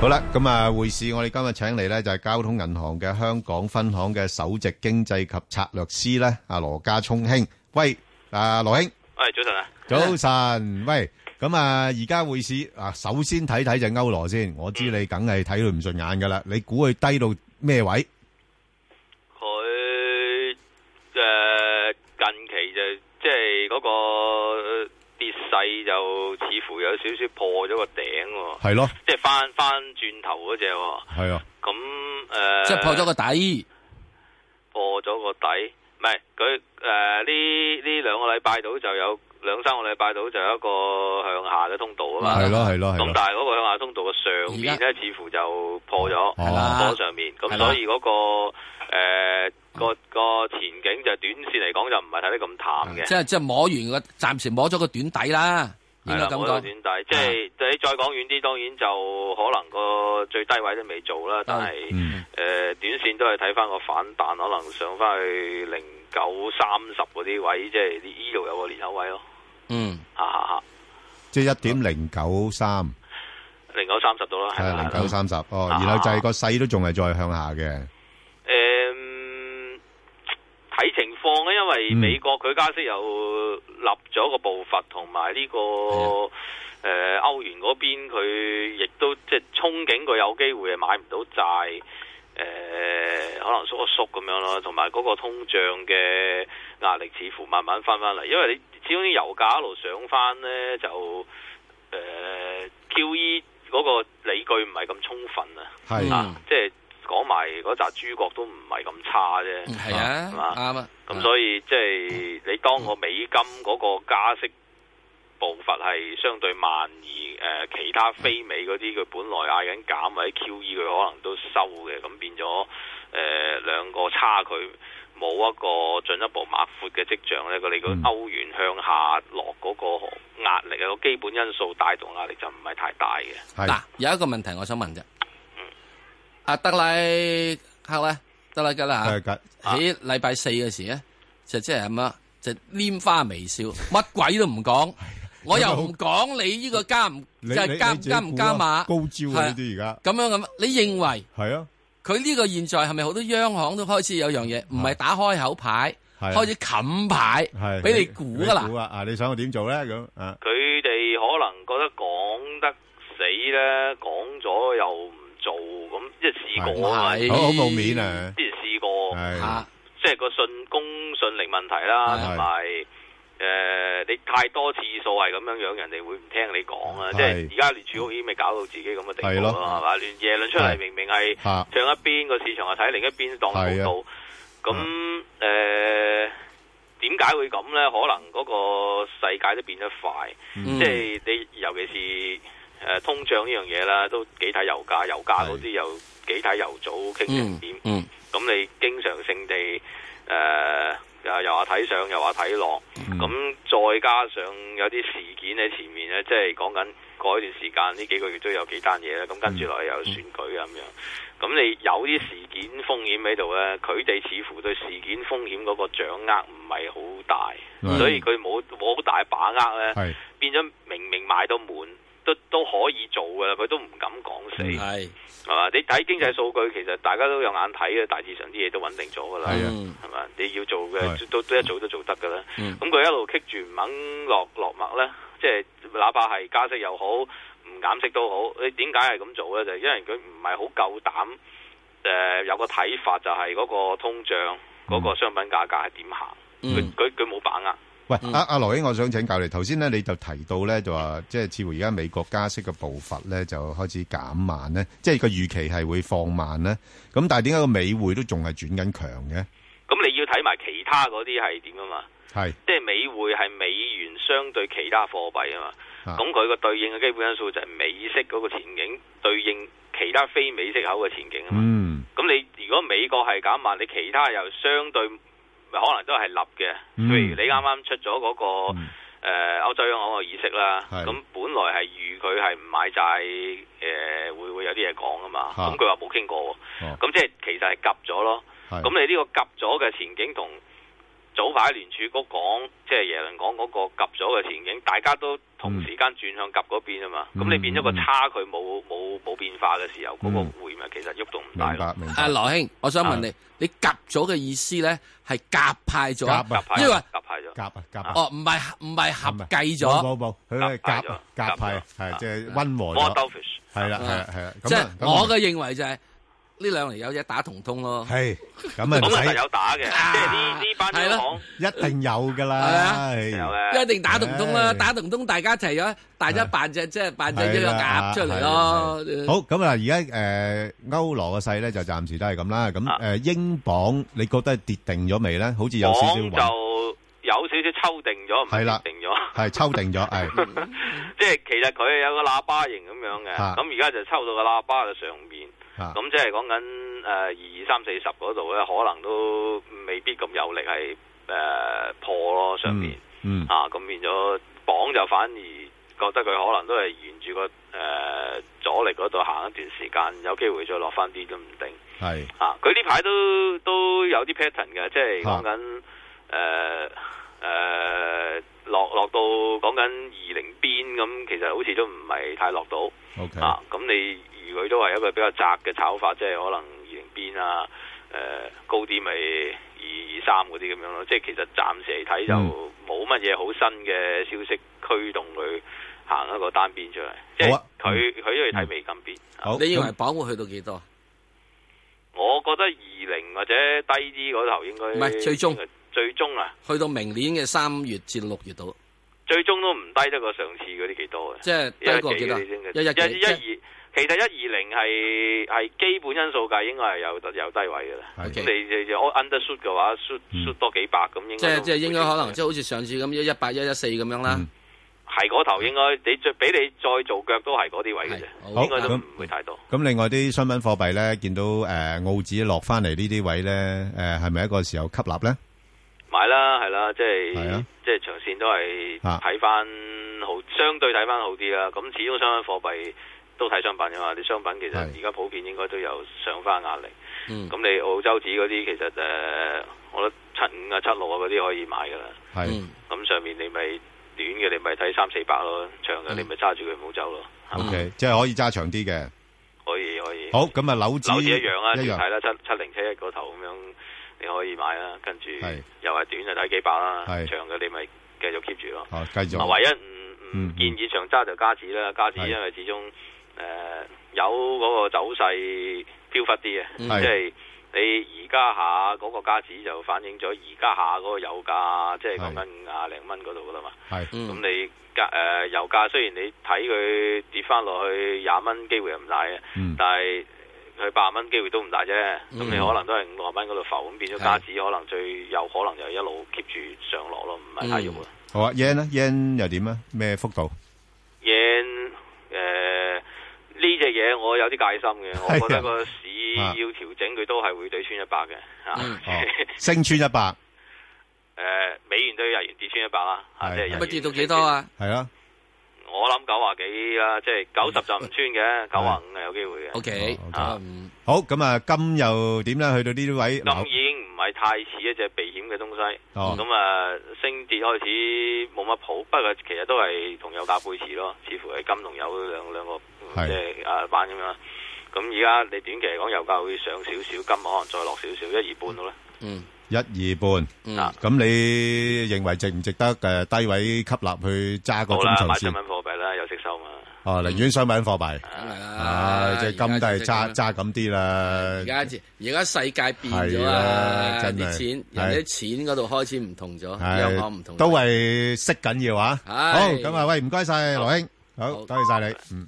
好啦，咁啊，匯市我哋今日請嚟咧就係交通銀行嘅香港分行嘅首席經濟及策略師咧，阿羅家聰兄，喂，啊羅兄，喂，早晨啊！早晨，喂，咁啊，而家匯市啊，首先睇睇隻歐羅先，我知你梗係睇佢唔順眼噶啦，你估佢低到咩位？佢誒、呃近期就即係嗰個呃跌勢就似乎有少少破咗個頂喎，係咯，即係翻翻轉頭嗰只喎。係啊，咁誒，即係破咗個底，破咗個底，唔係佢誒呢呢兩個禮拜到就有兩三個禮拜到就有一個向下嘅通道啊嘛。係咯，係咯，係咁咯，但係嗰個向下通道嘅上邊咧，似乎就破咗，係啦破咗上面。咁係啦所以嗰、個誒個、個前景就短線嚟講就唔係睇得咁淡嘅。嗯即係即係摸完個，暫時摸咗個短底啦，應係該啦，咁冇得講。啊短底，即係你再講遠啲，當然就可能個最低位都未做啦，但係誒、嗯，呃短線都係睇翻個反彈，可能上翻去零九三十嗰啲位，即係呢度有個裂口位咯，啊嗯，嚇嚇嚇，即係一點零九三，零九三十到啦，係係啦零係啦九三十，哦，然後就係個勢都仲係再向下嘅，誒嗯睇情況啊咧，因為嗯美國佢加息又立咗個步伐，同埋呢個誒、呃、歐元嗰邊佢亦都即係憧憬佢有機會係買唔到債，誒、可能縮一縮咁樣咯，同埋嗰個通脹嘅壓力似乎慢慢翻翻嚟，因為你始終啲油價一路上翻咧就誒、呃 QE 嗰個理據唔係咁充分啊。係，嗯啊，即係講埋嗰扎諸國都唔係咁差啫，係啊，啊啱啊。咁所以即係你當個美金嗰個加息步伐係相對慢，而誒、呃其他非美嗰啲佢本來嗌緊減或者 QE E 佢可能都收嘅，咁變咗誒、呃、兩個差距冇一個進一步擘闊嘅跡象咧，佢哋個嗯歐元向下落嗰個壓力啊，個基本因素帶動壓力就唔係太大嘅。係嗯嗱，，有一個問題我想問啫。嗯阿德拉克咧，德拉吉誒啦嚇，緊啊喺禮拜四嘅時咧，就即係咁啊，就拈花微笑，乜鬼都唔講，我又唔講你呢個加唔你即係你加你自己加唔估加啊碼高招啊！呢啲而咁樣咁，你認為家係啊，佢呢個現在係咪好多央行都開始有樣嘢，唔啊係打開口牌，係啊開始冚牌係，俾你估噶啦你？啊！啊，你想我點做咧？咁啊，佢哋可能覺得講得死咧，講咗又唔做，咁即係試過啊嘛，係之好好冇面啊！前試過，係哦啊嚇，即係個信公信力問題啦，係同埋誒你太多次數係咁樣樣，人哋會唔聽你講啊！即係係而家聯儲局已經咪搞到自己咁嘅地係步咯咯，係嘛？連耶倫出嚟係明明係嚇，唱一邊，個市場又睇另一邊當佢係啊冇到，咁誒點解會咁咧？可能嗰個世界都變得快。嗯即係你尤其是誒、呃通脹呢樣嘢啦，都幾睇油價，油價嗰啲又幾睇油組傾成嗯點。咁、嗯你經常性地誒、呃又又話睇上又話睇落，嗯嗯咁、再加上有啲事件喺前面咧，即係講緊過一段時間呢幾個月都有幾單嘢啦。咁跟住落嚟又有選舉啊咁樣。嗯咁你有啲事件風險喺度咧，佢哋似乎對事件風險嗰個掌握唔係好大，嗯所以佢冇冇好大把握咧。係變咗明明賣到滿，都都可以做噶啦，佢都唔敢講死，嗯係係嘛？你睇經濟數據，其實大家都有眼睇嘅，大致上啲嘢都穩定咗噶啦，係啊嗯係嘛？你要做係嘅都都一早都做得噶啦。嗯咁佢、一路棘住唔肯落落墨咧，即係哪怕係加息又好，唔減息都好，你點解係咁做咧？就係因為佢唔係好夠膽誒、呃有個睇法就係嗰個通脹嗯嗰、個商品價格係點行，佢嗯佢佢冇把握。喂，嗯阿阿羅英，我想請教你，頭先咧你就提到咧就話，即係似乎而家美國加息嘅步伐咧就開始減慢咧，即係個預期係會放慢咧。咁但係點解個美匯都仲係轉緊強嘅？咁你要睇埋其他嗰啲係點啊嘛？係即係美匯係美元相對其他貨幣啊啊嘛，咁佢個對應嘅基本因素就係美息嗰個前景對應其他非美息口嘅前景啊嘛。嗯咁、你如果美國係減慢，你其他又相對可能都係立嘅，嗯譬如你啱啱出咗嗰、哦個。嗯誒、歐洲央行個議息啦，係咁本來係預佢係唔買債，誒、會會有啲嘢講啊嘛，嚇咁佢話冇傾過喎哦，咁、即係其實係夾咗咯。係咁你呢個夾咗嘅前景同早排聯儲局講，即係耶倫講嗰個及咗嘅前景，大家都同時間轉向及嗰邊啊嘛。咁、嗯你變咗個嗯差距冇冇冇變化嘅時候，嗰、嗯個匯咪其實喐動唔大明咯。白明阿白。羅兄，我想問你，你夾咗嘅意思咧係夾派咗啊，啊夾夾派因為夾派咗，夾啊夾啊，哦，唔係唔係合計咗，冇冇冇，佢係夾啊夾夾派派咗係啊即係温和我咗，兜 fish 係啦係啦係啦。咁啊即係咁啊我嘅認為就係呢兩條友嘢打同通咯。係咁啊唔咁啊使實有打嘅，即啊係呢呢班係央咯行一定有噶係啦，啊唉有一嘅。定打同通啦，唉打同通大家一齊咗，大家扮只即係扮只一個係啦鴨出嚟係咯。好咁啊！而家诶歐羅嘅勢咧就暫時都係咁啦。咁啊诶英鎊你覺得跌定咗未咧？好似有少少講穩，就有少少抽定咗，唔係啦係定咗。 係抽定咗， 係即係其實佢有個喇叭形咁樣嘅，啊咁而家就抽到個喇叭嘅上面，啊咁即係講緊誒二三四十嗰度咧，可能都未必咁有力係誒、呃破咯上面、嗯啊，咁變咗綁就反而覺得佢可能都係沿住個誒、呃阻力嗰度行一段時間，有機會再落翻啲都唔定。係啊，佢呢排都都有啲 pattern 嘅，即係講緊誒誒落落到講緊二零邊咁，其實好似都唔係太落到 OK 啊。咁你如佢都係一個比較窄嘅炒法，即係可能二零邊啊，誒、高啲咪二二三嗰啲咁樣咯。即係其實暫時嚟睇就嗯冇乜嘢好新嘅消息驅動佢行一個單邊出嚟，即好係啊佢嗯佢都要睇美金邊。啊好。你認為咁榜會去到幾多？我覺得二零或者低啲嗰頭應該唔係最終最終啊，去到明年嘅三月至六月度，最終都唔低得過上次嗰啲幾多嘅，即係低過幾多？一幾嗰啲一一先嘅，一幾一一二。其實一二零係係基本因素計應該係有有低位嘅啦。係咁你你就 undershoot 嘅話，shoot 嗯 shoot 多幾百咁應該即係都即係應該可能即係係好似上次咁一一八一一四咁樣啦嗯。嗰頭應該你再俾你再做腳都係嗰啲位嘅係好啫，應該都唔會太多。咁另外啲商品貨幣咧，見到诶澳紙落翻嚟呢啲位咧，诶係咪一個時候吸納咧？買啦，係啦，即係啊係即係長線都係啊睇翻好，相對睇翻好啲啦。咁始終商品貨幣都睇商品噶嘛，你商品其實係而家普遍應該都有上翻壓力。嗯咁你澳洲紙嗰啲其實誒、呃我覺得七五啊、七六啊嗰啲可以買噶啦。係嗯咁上面你咪短嘅你咪睇三四百咯，長嘅你咪揸住佢唔好走咯。 OK，即係可以揸長啲嘅。可以可以。好，咁啊樓指樓市一樣啦，一你樣睇啦，七七零七一嗰頭咁樣你可以買啦，跟住係又係短就睇幾百啦，係長嘅你咪繼續 keep 住咯。哦，繼續啊，唯一唔嗯唔嗯建議長揸就加指啦，加指係因為始終誒、呃有嗰個走勢飄忽啲嘅，嗯係即係你而家下嗰個加指就反映咗而家下嗰個油價，即係講緊五廿零蚊嗰度噶啦嘛。係咁、嗯你加誒、呃油價雖然你睇佢跌翻落去廿蚊機會又唔大嘅，嗯但係佢八十蚊機會都唔大啫。咁嗯你可能都係五六十蚊嗰度浮，咁變咗係加指可能最有可能就一路 keep 住上落咯，唔係太嗯喐啦。好啊，yen 咧，yen 又點啊？咩幅度？ yen 誒呢只嘢我有啲戒心嘅， 係啊我覺得個市啊要調整佢都係會對穿一百嘅啊嚇。嗯 哦，升穿一百，誒呃美元對日元跌穿一百啦，嚇係即係係日元咁啊跌到幾多？啊？係啊。我諗九啊幾啦，即係九十就唔穿嘅，九啊五係有機會嘅。 OK，哦，OK 啊嗯好，咁啊，金又點咧？去到呢啲位，金已經唔係太似一隻避險嘅東西，哦咁啊升跌開始冇乜譜，不過其實都係同油價背馳咯，似乎係金同油兩兩個係即係啊板咁樣。咁而家你短期嚟講，油價會上少少，金可能再落少少，一二半到啦。嗯嗯啊樓，咁你認為值唔值得，誒，低位吸納去揸個好啦，買中長線？商品貨幣啦，有息收嘛。哦，寧願商品貨幣。梗係啦，唉，即係金都係揸-而家即係咁啦揸咁啲啦。而家而家世界變咗係啦啊！真係啲錢人哋啲錢嗰度開始唔同咗，唉，央行唔同咗，都係息緊要啊。係。好，咁啊，喂，唔該晒，羅兄。好，多好。謝晒你。嗯。